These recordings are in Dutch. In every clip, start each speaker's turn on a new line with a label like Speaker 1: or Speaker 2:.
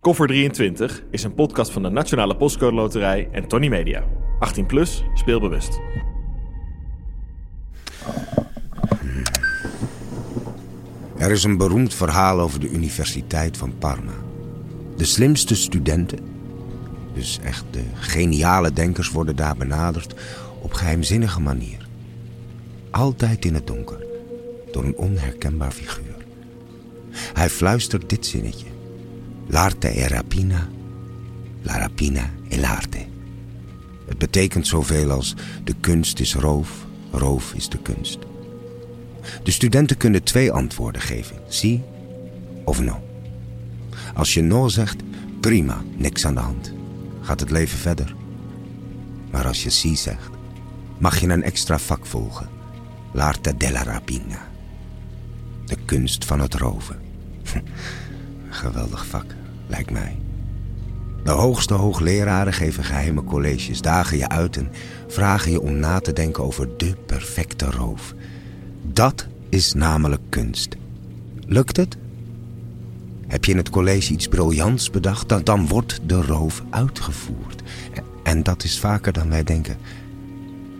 Speaker 1: Koffer 23 is een podcast van de Nationale Postcode Loterij en Tony Media. 18 plus, speelbewust.
Speaker 2: Er is een beroemd verhaal over de Universiteit van Parma. De slimste studenten, dus echt de geniale denkers, worden daar benaderd op geheimzinnige manier. Altijd in het donker, door een onherkenbaar figuur. Hij fluistert dit zinnetje: L'arte è rapina, la rapina è l'arte. Het betekent zoveel als: de kunst is roof, roof is de kunst. De studenten kunnen twee antwoorden geven: sí of no. Als je no zegt, prima, niks aan de hand. Gaat het leven verder. Maar als je sí zegt, mag je een extra vak volgen: L'arte della rapina. De kunst van het roven. Een Geweldig vak, lijkt mij. De hoogste hoogleraren geven geheime colleges, dagen je uit en vragen je om na te denken over de perfecte roof. Dat is namelijk kunst. Lukt het? Heb je in het college iets briljants bedacht, dan, dan wordt de roof uitgevoerd. En- En dat is vaker dan wij denken.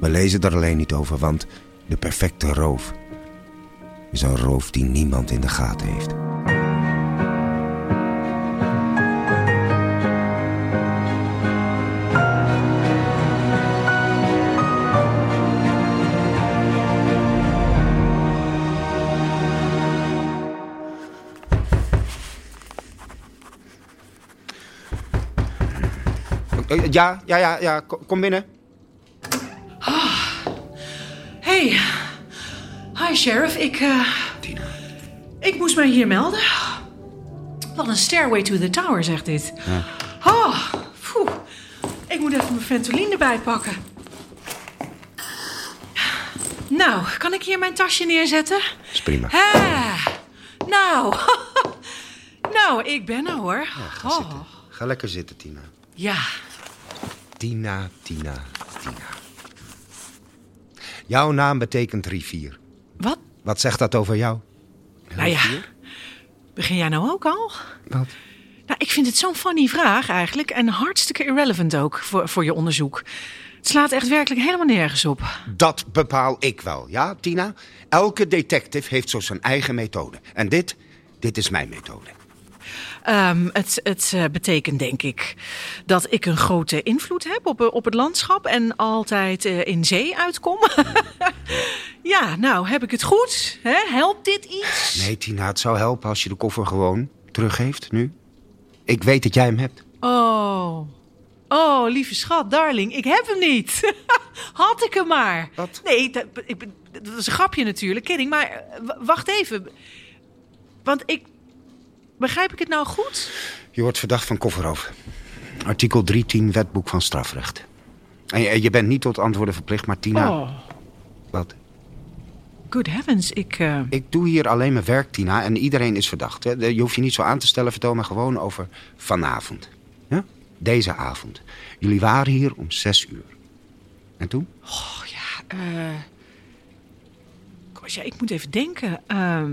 Speaker 2: We lezen er alleen niet over, want de perfecte roof is een roof die niemand in de gaten heeft. Eh, Ja, ja, ja, ja, kom binnen.
Speaker 3: Hey, hi sheriff. Ik, eh, ik moest mij hier melden. Wat een stairway to the tower, zegt dit. Oh, poeh. Ik moet even mijn ventoline erbij pakken. Nou, kan ik hier mijn tasje neerzetten?
Speaker 2: Is prima.
Speaker 3: Hè? Nou, nou, ik ben er hoor.
Speaker 2: Ga
Speaker 3: Oh,
Speaker 2: zitten. Ga lekker zitten, Tina.
Speaker 3: ja,
Speaker 2: Tina, Tina, Tina. Jouw naam betekent rivier.
Speaker 3: wat?
Speaker 2: Wat zegt dat over jou?
Speaker 3: Nou ja, begin jij nou ook al?
Speaker 2: Wat?
Speaker 3: Nou, ik vind het zo'n funny vraag eigenlijk. En hartstikke irrelevant ook voor, voor je onderzoek. Het slaat echt werkelijk helemaal nergens op.
Speaker 2: Dat bepaal ik wel, ja, Tina? Elke detective heeft zo zijn eigen methode. En dit, dit is mijn methode.
Speaker 3: Ehm, het het eh, betekent denk ik dat ik een grote invloed heb op, eh, op het landschap. En altijd eh, in zee uitkom. ja, nou heb ik het goed? Hè? Helpt dit iets?
Speaker 2: Nee, Tina, het zou helpen als je de koffer gewoon teruggeeft nu. Ik weet dat jij hem hebt.
Speaker 3: Oh. Oh, lieve schat, darling, ik heb hem niet. Had ik hem maar.
Speaker 2: Wat?
Speaker 3: Nee, dat, ik, dat was een grapje natuurlijk, kidding. Maar eh, w- wacht even. Want ik... Begrijp ik het nou goed?
Speaker 2: Je wordt verdacht van kofferroof. Artikel 310 Wetboek van Strafrecht. En je, je bent niet tot antwoorden verplicht, maar Tina...
Speaker 3: Oh.
Speaker 2: Wat?
Speaker 3: Good heavens, ik... eh,
Speaker 2: Ik doe hier alleen mijn werk, Tina, en iedereen is verdacht. Hè? Je hoeft je niet zo aan te stellen, vertel me gewoon over vanavond. Ja? Deze avond. Jullie waren hier om zes uur. En toen?
Speaker 3: Oh ja, eh... gosh, ja, ik moet even denken. Ehm,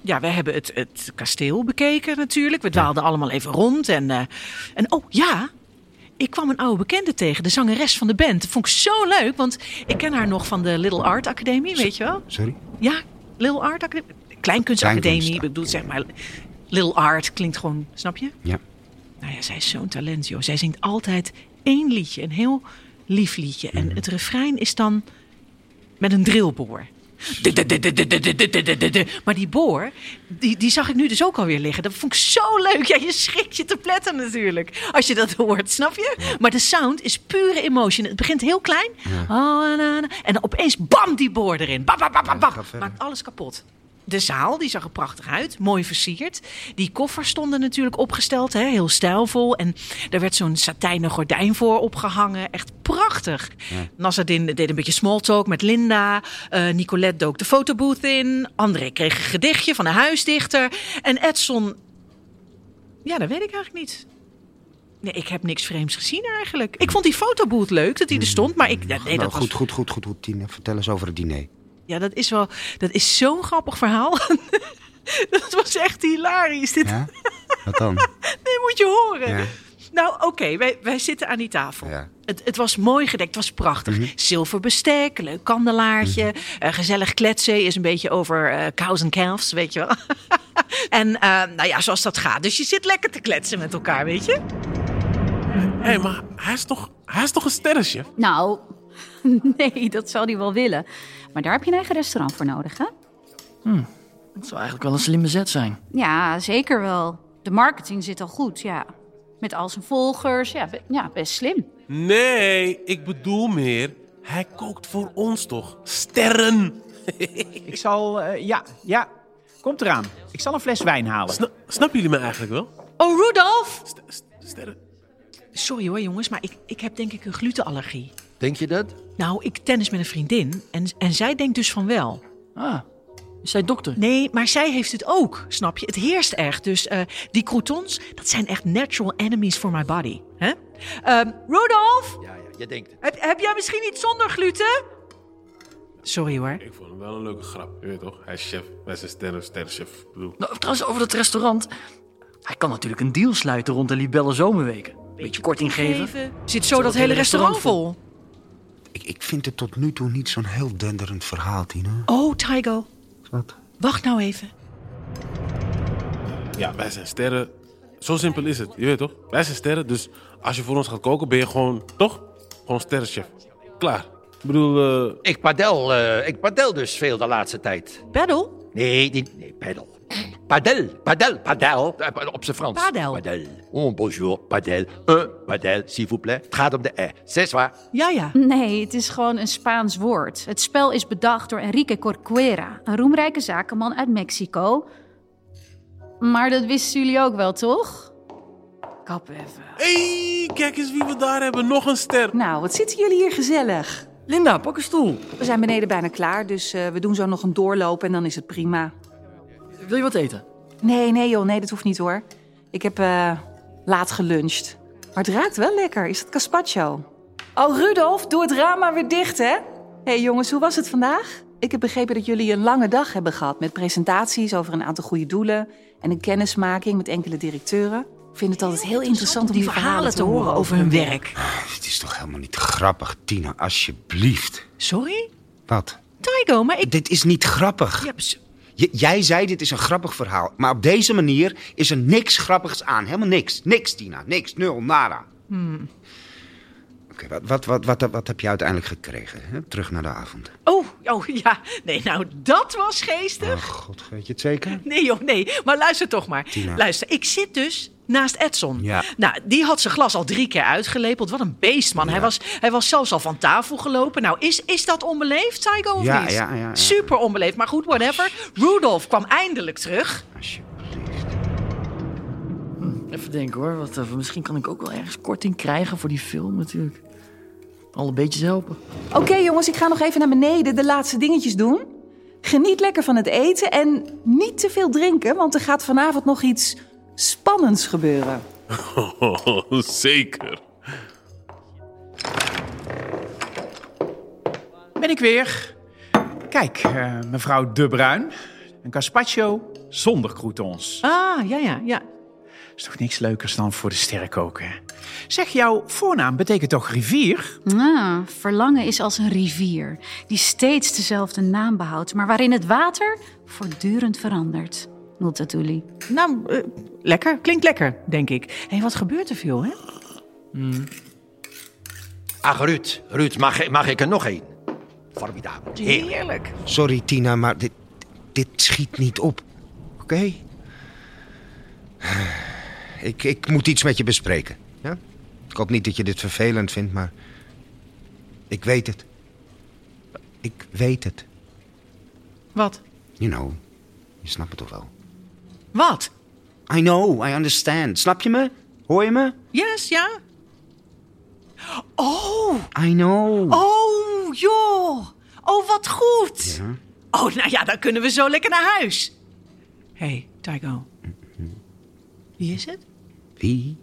Speaker 3: ja, we hebben het, het kasteel bekeken natuurlijk. We dwaalden allemaal even rond. En, eh, en oh ja, ik kwam een oude bekende tegen, de zangeres van de band. Dat vond ik zo leuk, want ik ken haar nog van de Little Art Academie, weet je wel?
Speaker 2: Sorry?
Speaker 3: Ja, Little Art Academie. Kleinkunstacademie, ik
Speaker 2: Kleinkunst.
Speaker 3: bedoel zeg maar... Little Art klinkt gewoon, snap je?
Speaker 2: Ja.
Speaker 3: Nou ja, zij is zo'n talent, joh. Zij zingt altijd één liedje, een heel lief liedje.
Speaker 2: Mhm.
Speaker 3: En het refrein is dan met een drillboor. Maar die boor, die, die zag ik nu dus ook alweer liggen. Dat vond ik zo leuk. Ja, je schrikt je te pletten natuurlijk. Als je dat hoort, snap je? Maar de sound is pure emotion. Het begint heel klein. Oh, na, na. En dan opeens bam, die boor erin. Bam, bam, bam, bam, bam.
Speaker 2: Ja, ga verder.
Speaker 3: Maakt alles kapot. De zaal, die zag er prachtig uit, mooi versierd. Die koffers stonden natuurlijk opgesteld, hè, heel stijlvol. En er werd zo'n satijnen gordijn voor opgehangen. Echt prachtig. Nassadin deed een beetje smalltalk met Linda. Eh, Nicolette dook de fotobooth in. André kreeg een gedichtje van de huisdichter. En Edson... Ja, dat weet ik eigenlijk niet. Nee, ik heb niks vreemds gezien eigenlijk. Ik vond die fotobooth leuk, dat die er stond. Maar ik... Ja, nee,
Speaker 2: Mm. Nou,
Speaker 3: dat was
Speaker 2: goed, goed, goed, goed, goed, Tina. Vertel eens over het diner.
Speaker 3: ja, dat is wel. Dat is zo'n grappig verhaal. dat was echt hilarisch. Dit,
Speaker 2: Ja? Wat dan?
Speaker 3: Dit moet je horen.
Speaker 2: Ja.
Speaker 3: Nou, oké, wij, wij zitten aan die tafel.
Speaker 2: Ja. Mhm.
Speaker 3: Het, het was mooi gedekt, het was prachtig. Zilver bestek, leuk kandelaartje. eh, gezellig kletsen is een beetje over eh cows en calves, weet je wel. en eh, nou ja, zoals dat gaat. Dus je zit lekker te kletsen met elkaar, weet je.
Speaker 4: Hé, maar hij is, toch, hij is toch een sterretje?
Speaker 5: Nou, nee, dat zal hij wel willen. Maar daar heb je een eigen restaurant voor nodig, hè?
Speaker 6: Het zou eigenlijk wel een slimme zet zijn.
Speaker 5: Ja, zeker wel. De marketing zit al goed, ja. Met al zijn volgers, ja, be- ja best slim.
Speaker 4: Nee, ik bedoel meer. Hij kookt voor ons toch? Sterren!
Speaker 7: Ik zal, eh, ja, ja. Komt eraan. Ik zal een fles wijn halen.
Speaker 4: Sna- snappen jullie me eigenlijk wel?
Speaker 3: Oh, Rudolf!
Speaker 4: St- st- sterren?
Speaker 3: Sorry hoor, jongens, maar ik, ik heb denk ik een glutenallergie.
Speaker 8: Denk je dat?
Speaker 3: Nou, ik tennis met een vriendin en, en zij denkt dus van wel.
Speaker 6: Ah, is zij dokter?
Speaker 3: Nee, maar zij heeft het ook, snap je? Het heerst echt. Dus eh, die croutons, dat zijn echt natural enemies for my body. Hè? Ehm, Rudolf,
Speaker 8: Ja, ja, je denkt het.
Speaker 3: heb, heb jij misschien iets zonder gluten? Sorry hoor.
Speaker 4: Ik vond hem wel een leuke grap. Je weet toch? Hij is chef. Wij zijn sterren, sterrenchef. Ik bedoel.
Speaker 6: Nou, trouwens, over dat restaurant. Hij kan natuurlijk een deal sluiten rond de Libelle Zomerweken. Beetje korting geven.
Speaker 3: Zit zo dat hele restaurant vol.
Speaker 2: Ik, ik vind het tot nu toe niet zo'n heel denderend verhaal, Tina.
Speaker 3: Oh, Tygo,
Speaker 2: Wat?
Speaker 3: wacht nou even.
Speaker 4: Ja, wij zijn sterren. Zo simpel is het. Je weet toch? Wij zijn sterren. Dus als je voor ons gaat koken, ben je gewoon, toch? Gewoon sterrenchef. Klaar. Ik bedoel, eh,
Speaker 8: Ik padel, eh, ik padel dus veel de laatste tijd.
Speaker 3: Paddle?
Speaker 8: Nee, niet, nee, padel. Padel, padel, padel. Eh, Op zijn Frans.
Speaker 3: Padel.
Speaker 8: Padel. Oh, bonjour, padel. Un padel, s'il vous plaît. Het gaat om de E. C'est waar.
Speaker 3: Ja, ja.
Speaker 5: Nee, het is gewoon een Spaans woord. Het spel is bedacht door Enrique Corcuera, een roemrijke zakenman uit Mexico. Maar dat wisten jullie ook wel, toch? Kap even.
Speaker 4: Hé, kijk eens wie we daar hebben. Nog een ster.
Speaker 9: Nou, wat zitten jullie hier gezellig?
Speaker 6: Linda, pak een stoel.
Speaker 9: We zijn beneden bijna klaar, dus eh, we doen zo nog een doorloop en dan is het prima.
Speaker 6: Wil je wat eten?
Speaker 9: Nee, nee joh, nee, dat hoeft niet hoor. Ik heb eh, laat geluncht. Maar het ruikt wel lekker. Is dat gazpacho? Oh, Rudolf, doe het raam maar weer dicht, hè? Hé hey, jongens, hoe was het vandaag? Ik heb begrepen dat jullie een lange dag hebben gehad met presentaties over een aantal goede doelen en een kennismaking met enkele directeuren. Ik vind het altijd heel interessant om die verhalen te horen over hun werk.
Speaker 2: Het is toch helemaal niet grappig, Tina, alsjeblieft.
Speaker 3: Sorry?
Speaker 2: Wat?
Speaker 3: Tygo, maar ik...
Speaker 2: Dit is niet grappig.
Speaker 3: Ja, ps-
Speaker 2: J- jij zei dit is een grappig verhaal, maar op deze manier is er niks grappigs aan. Helemaal niks. Niks, Tina. Niks. Nul. Nada.
Speaker 3: Hmm.
Speaker 2: Oké, wat, wat, wat, wat, wat heb je uiteindelijk gekregen? Hè? Terug naar de avond.
Speaker 3: Oh, oh, ja. Nee, nou, dat was geestig.
Speaker 2: Oh, god, weet je het zeker?
Speaker 3: Nee joh, nee. Maar luister toch maar.
Speaker 2: Tina.
Speaker 3: Luister, ik zit dus naast Edson.
Speaker 2: Ja.
Speaker 3: Nou, die had zijn glas al drie keer uitgelepeld. Wat een beest, man. Hij, was, hij was zelfs al van tafel gelopen. Nou, is, is dat onbeleefd, Tygo, of
Speaker 2: Ja,
Speaker 3: niet?
Speaker 2: ja, ja, ja.
Speaker 3: Super onbeleefd. Maar goed, whatever. Rudolf kwam eindelijk terug.
Speaker 2: Alsjeblieft.
Speaker 6: Even denken hoor. Wat, eh, misschien kan ik ook wel ergens korting krijgen voor die film natuurlijk. Alle beetjes helpen.
Speaker 9: Oké jongens, ik ga nog even naar beneden de laatste dingetjes doen. Geniet lekker van het eten en niet te veel drinken, want er gaat vanavond nog iets spannends gebeuren.
Speaker 4: eh, zeker.
Speaker 7: Ben ik weer. Kijk, eh, mevrouw De Bruin. Een gazpacho zonder croutons.
Speaker 3: Ah, ja, ja, ja.
Speaker 7: Is toch niks leukers dan voor de sterrenkoker? Zeg, jouw voornaam betekent toch rivier?
Speaker 5: Ah, verlangen is als een rivier die steeds dezelfde naam behoudt, maar waarin het water voortdurend verandert. Multatuli.
Speaker 3: Nou, eh, lekker. Klinkt lekker, denk ik. Hé, wat gebeurt er veel, hè?
Speaker 8: Ach, Ah, Ruud. Ruud, mag, mag ik er nog één? Formidabel. Heerlijk.
Speaker 3: Heerlijk.
Speaker 2: Sorry, Tina, maar dit, dit schiet niet op. Oké? Ik, ik moet iets met je bespreken. Ja? Ik hoop niet dat je dit vervelend vindt, maar. Ik weet het. Ik weet het.
Speaker 3: Wat?
Speaker 2: You know. Je snapt het toch wel?
Speaker 3: Wat?
Speaker 2: I know, I understand. Snap je me? Hoor je me?
Speaker 3: Yes, ja? Oh,
Speaker 2: I know.
Speaker 3: Oh, joh. Oh, wat goed. Oh, nou ja, dan kunnen we zo lekker naar huis. Hé, hey, Tygo. Wie is het?
Speaker 2: Wie?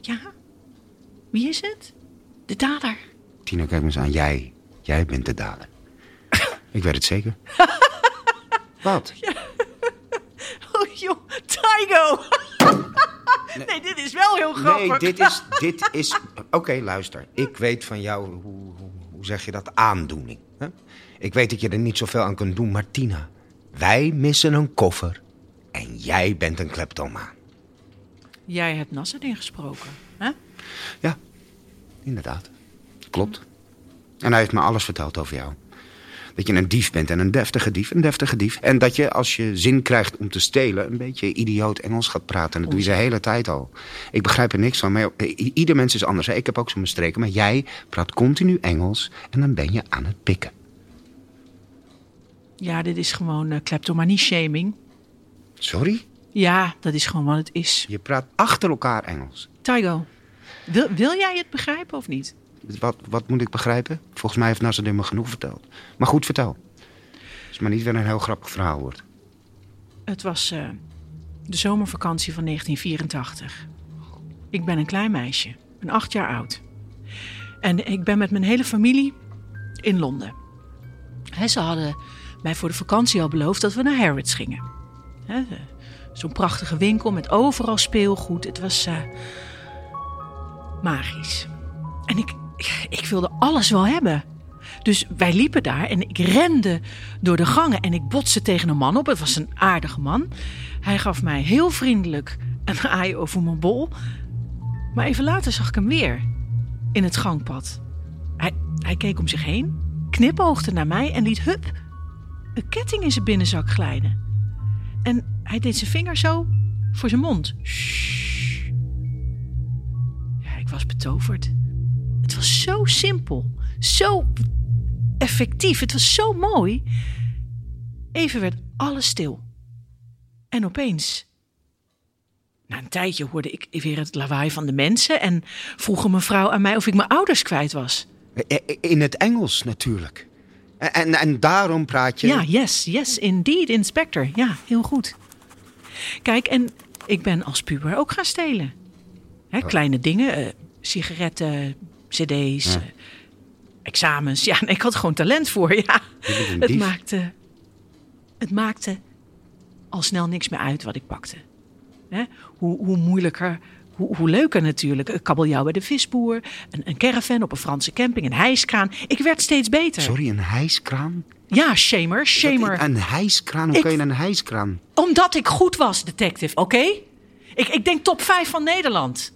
Speaker 3: Ja? Wie is het? De dader.
Speaker 2: Tina, kijk me eens aan. Jij. Jij bent de dader. ik weet het zeker. Wat?
Speaker 3: Oh, joh, Tygo. Nee, dit is wel heel grappig.
Speaker 2: Nee, dit is. Dit is Oké, luister. Ik weet van jou, hoe, hoe- hoe zeg je dat, aandoening. Hè? Ik weet dat je er niet zoveel aan kunt doen, maar Tina, wij missen een koffer. En jij bent een kleptomaan.
Speaker 3: Jij hebt Nasser ingesproken. Hè?
Speaker 2: Ja, inderdaad. Klopt. En hij heeft me alles verteld over jou. Dat je een dief bent en een deftige dief, een deftige dief. En dat je, als je zin krijgt om te stelen, een beetje idioot Engels gaat praten. Dat doe je de hele tijd al. Ik begrijp er niks van. Maar eh, i- ieder mens is anders. hè. Ik heb ook zo'n streken. Maar jij praat continu Engels en dan ben je aan het pikken.
Speaker 3: Ja, dit is gewoon eh, kleptomanie-shaming.
Speaker 2: Sorry?
Speaker 3: Ja, dat is gewoon wat het is.
Speaker 2: Je praat achter elkaar Engels.
Speaker 3: Tygo, wil, wil jij het begrijpen of niet?
Speaker 2: Wat, wat moet ik begrijpen? Volgens mij heeft Nasser me genoeg verteld. Maar goed, vertel. Als het maar niet weer een heel grappig verhaal wordt.
Speaker 3: Het was eh, de zomervakantie van 1984. Ik ben een klein meisje, een acht jaar oud. En ik ben met mijn hele familie in Londen. Hè, ze hadden mij voor de vakantie al beloofd dat we naar Harrods gingen. Hè, eh, Zo'n prachtige winkel met overal speelgoed. Het was eh, magisch. En ik, ik wilde alles wel hebben. Dus wij liepen daar en ik rende door de gangen en ik botste tegen een man op. Het was een aardige man. Hij gaf mij heel vriendelijk een aai over mijn bol. Maar even later zag ik hem weer in het gangpad. Hij, hij keek om zich heen, knipoogde naar mij en liet hup een ketting in zijn binnenzak glijden. En hij deed zijn vinger zo voor zijn mond. Shh. Ja, ik was betoverd. Het was zo simpel, zo effectief, het was zo mooi. Even werd alles stil. En opeens, na een tijdje, hoorde ik weer het lawaai van de mensen en vroeg een mevrouw aan mij of ik mijn ouders kwijt was.
Speaker 2: Eh, In het Engels natuurlijk. En, en, en daarom praat je.
Speaker 3: Ja, yes, yes, indeed, inspector. Ja, heel goed. Kijk, en ik ben als puber ook gaan stelen. Hè, kleine dingen, eh, sigaretten, cd's, eh, examens. Ja, nee, ik had gewoon talent voor, ja.
Speaker 2: bent een
Speaker 3: Het
Speaker 2: dief.
Speaker 3: maakte, het maakte al snel niks meer uit wat ik pakte. Hè? Hoe, hoe moeilijker, hoe, hoe leuker natuurlijk. Een kabeljauw bij de visboer, een, een caravan op een Franse camping, een hijskraan. Ik werd steeds beter.
Speaker 2: Sorry, een hijskraan?
Speaker 3: Ja, shamer, shamer.
Speaker 2: Een hijskraan? Hoe
Speaker 3: Ik-
Speaker 2: kun je een hijskraan?
Speaker 3: Omdat ik goed was, detective, oké? Ik, ik denk top 5 van Nederland.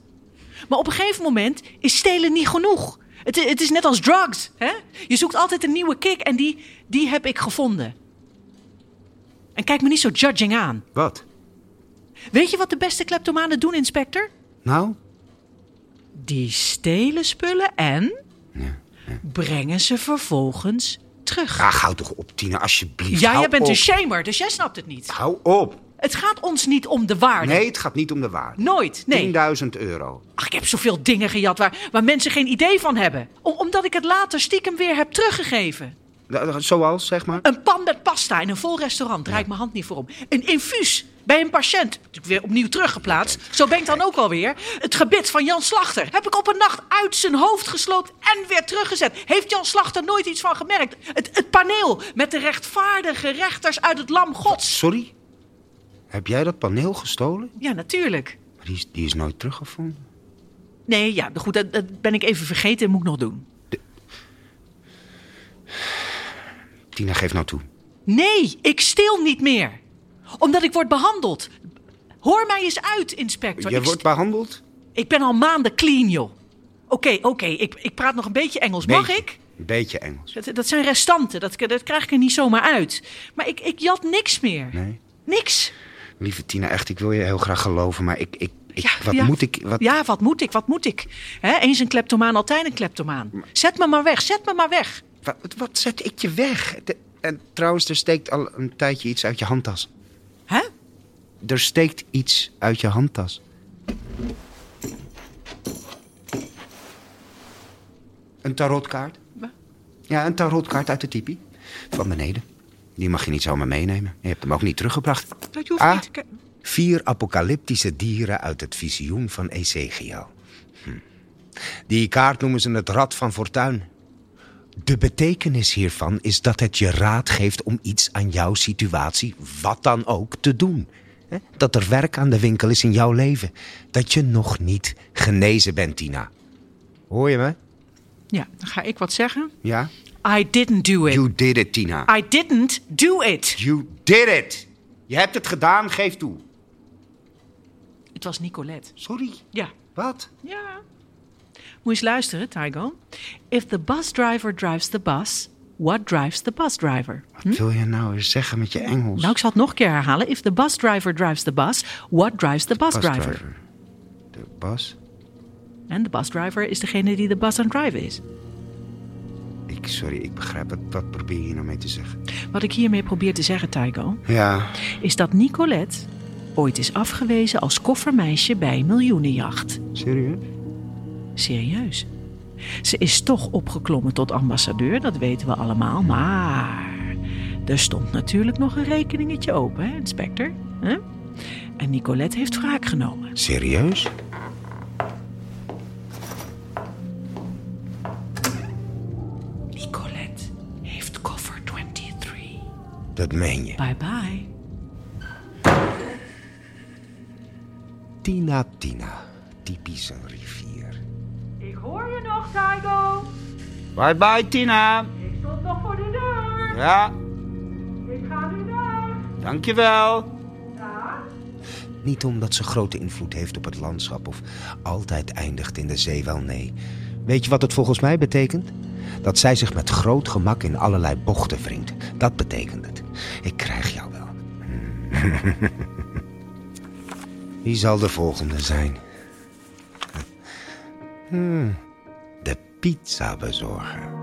Speaker 3: Maar op een gegeven moment is stelen niet genoeg. Het, i- het is net als drugs. Hè? Je zoekt altijd een nieuwe kick en die, die heb ik gevonden. En kijk me niet zo judging aan.
Speaker 2: Wat?
Speaker 3: Weet je wat de beste kleptomanen doen, inspector?
Speaker 2: Nou?
Speaker 3: Die stelen spullen en brengen ze vervolgens terug.
Speaker 2: Ga gauw toch op, Tina, alsjeblieft.
Speaker 3: Ja,
Speaker 2: Ah, Hou
Speaker 3: jij bent
Speaker 2: op.
Speaker 3: een shamer, dus jij snapt het niet.
Speaker 2: Hou op.
Speaker 3: Het gaat ons niet om de waarde.
Speaker 2: Nee, het gaat niet om de waarde.
Speaker 3: Nooit, nee.
Speaker 2: 10.000 euro.
Speaker 3: Ach, ik heb zoveel dingen gejat waar, waar mensen geen idee van hebben. Om- omdat ik het later stiekem weer heb teruggegeven.
Speaker 2: Da- Zoals, zeg maar.
Speaker 3: Een pan met pasta in een vol restaurant, draai ik mijn hand niet voor om. Een infuus bij een patiënt, natuurlijk weer opnieuw teruggeplaatst. Zo ben ik dan ook alweer. Het gebit van Jan Slachter heb ik op een nacht uit zijn hoofd gesloopt en weer teruggezet. Heeft Jan Slachter nooit iets van gemerkt? Het, het paneel met de rechtvaardige rechters uit het Lam Gods.
Speaker 2: Sorry? Heb jij dat paneel gestolen?
Speaker 3: Ja, natuurlijk.
Speaker 2: Maar Die is, die is nooit teruggevonden.
Speaker 3: Nee, ja, goed, dat, dat ben ik even vergeten en moet ik nog doen.
Speaker 2: Tina, geef nou toe.
Speaker 3: Nee, ik stil niet meer. Omdat ik word behandeld. Hoor mij eens uit, inspector.
Speaker 2: Jij
Speaker 3: Ik,
Speaker 2: wordt behandeld?
Speaker 3: ik ben al maanden clean, joh. Oké, oké, ik, ik praat nog een beetje Engels. Mag
Speaker 2: Beetje-
Speaker 3: ik?
Speaker 2: Beetje Engels.
Speaker 3: Dat, dat zijn restanten, dat, dat krijg ik er niet zomaar uit. Maar ik, ik jat niks meer.
Speaker 2: Nee.
Speaker 3: Niks.
Speaker 2: Lieve Tina, echt, ik wil je heel graag geloven, maar ik... ik, ik
Speaker 3: Ja,
Speaker 2: wat
Speaker 3: ja.
Speaker 2: moet ik... Wat,
Speaker 3: Ja, wat moet ik, wat moet ik? Hè, eens een kleptomaan, altijd een kleptomaan. Zet me maar weg, zet me maar weg.
Speaker 2: Wat, wat zet ik je weg? De- en trouwens, er steekt al een tijdje iets uit je handtas.
Speaker 3: Hè?
Speaker 2: Er steekt iets uit je handtas. Een tarotkaart? Ja, een tarotkaart uit de tipi. Van beneden. Die mag je niet zomaar meenemen. Je hebt hem ook niet teruggebracht.
Speaker 3: Dat hoeft
Speaker 2: Ah.
Speaker 3: niet. te ke-
Speaker 2: Vier apocalyptische dieren uit het visioen van Ezekiel. Hm. Die kaart noemen ze het Rad van Fortuin. De betekenis hiervan is dat het je raad geeft om iets aan jouw situatie, wat dan ook, te doen. Hè? Dat er werk aan de winkel is in jouw leven. Dat je nog niet genezen bent, Tina. Hoor je me?
Speaker 3: Ja, dan ga ik wat zeggen.
Speaker 2: Ja?
Speaker 3: I didn't do it.
Speaker 2: You did it, Tina.
Speaker 3: I didn't do it.
Speaker 2: You did it! Je hebt het gedaan, geef toe.
Speaker 3: Het was Nicolette.
Speaker 2: Sorry,
Speaker 3: Ja.
Speaker 2: wat?
Speaker 3: Ja. Moet je eens luisteren, Tygo. If the bus driver drives the bus, what drives the bus driver?
Speaker 2: Wat wil je nou eens zeggen met je Engels?
Speaker 3: Hm? Nou, ik zal het nog een keer herhalen. If the bus driver drives the bus, what drives the bus driver?
Speaker 2: De bus?
Speaker 3: En de bus driver is degene die de bus aan het driven is.
Speaker 2: Ik, sorry, ik begrijp het. Wat probeer je nou mee te zeggen?
Speaker 3: Wat ik hiermee probeer te zeggen, Tygo,
Speaker 2: Ja,
Speaker 3: is dat Nicolette ooit is afgewezen als koffermeisje bij Miljoenenjacht.
Speaker 2: serieus?
Speaker 3: Serieus. Ze is toch opgeklommen tot ambassadeur, dat weten we allemaal. Maar er stond natuurlijk nog een rekeningetje open, hè, inspector? Hè? En Nicolette heeft wraak genomen.
Speaker 2: Serieus?
Speaker 3: Nicolette heeft koffer 23.
Speaker 2: Dat meen je.
Speaker 3: Bye bye.
Speaker 2: Tina, Tina. Typisch een rivier.
Speaker 9: Ik hoor je nog, Tygo.
Speaker 2: Bye bye, Tina.
Speaker 9: Ik stond nog voor de deur.
Speaker 2: Ja,
Speaker 9: Ik ga nu weg.
Speaker 2: dankjewel. Niet omdat ze grote invloed heeft op het landschap of altijd eindigt in de zee, wel nee. Weet je wat het volgens mij betekent? Dat zij zich met groot gemak in allerlei bochten wringt. Dat betekent het. Ik krijg jou wel. Wie zal de volgende zijn? Hm, Hmm, De pizzabezorger.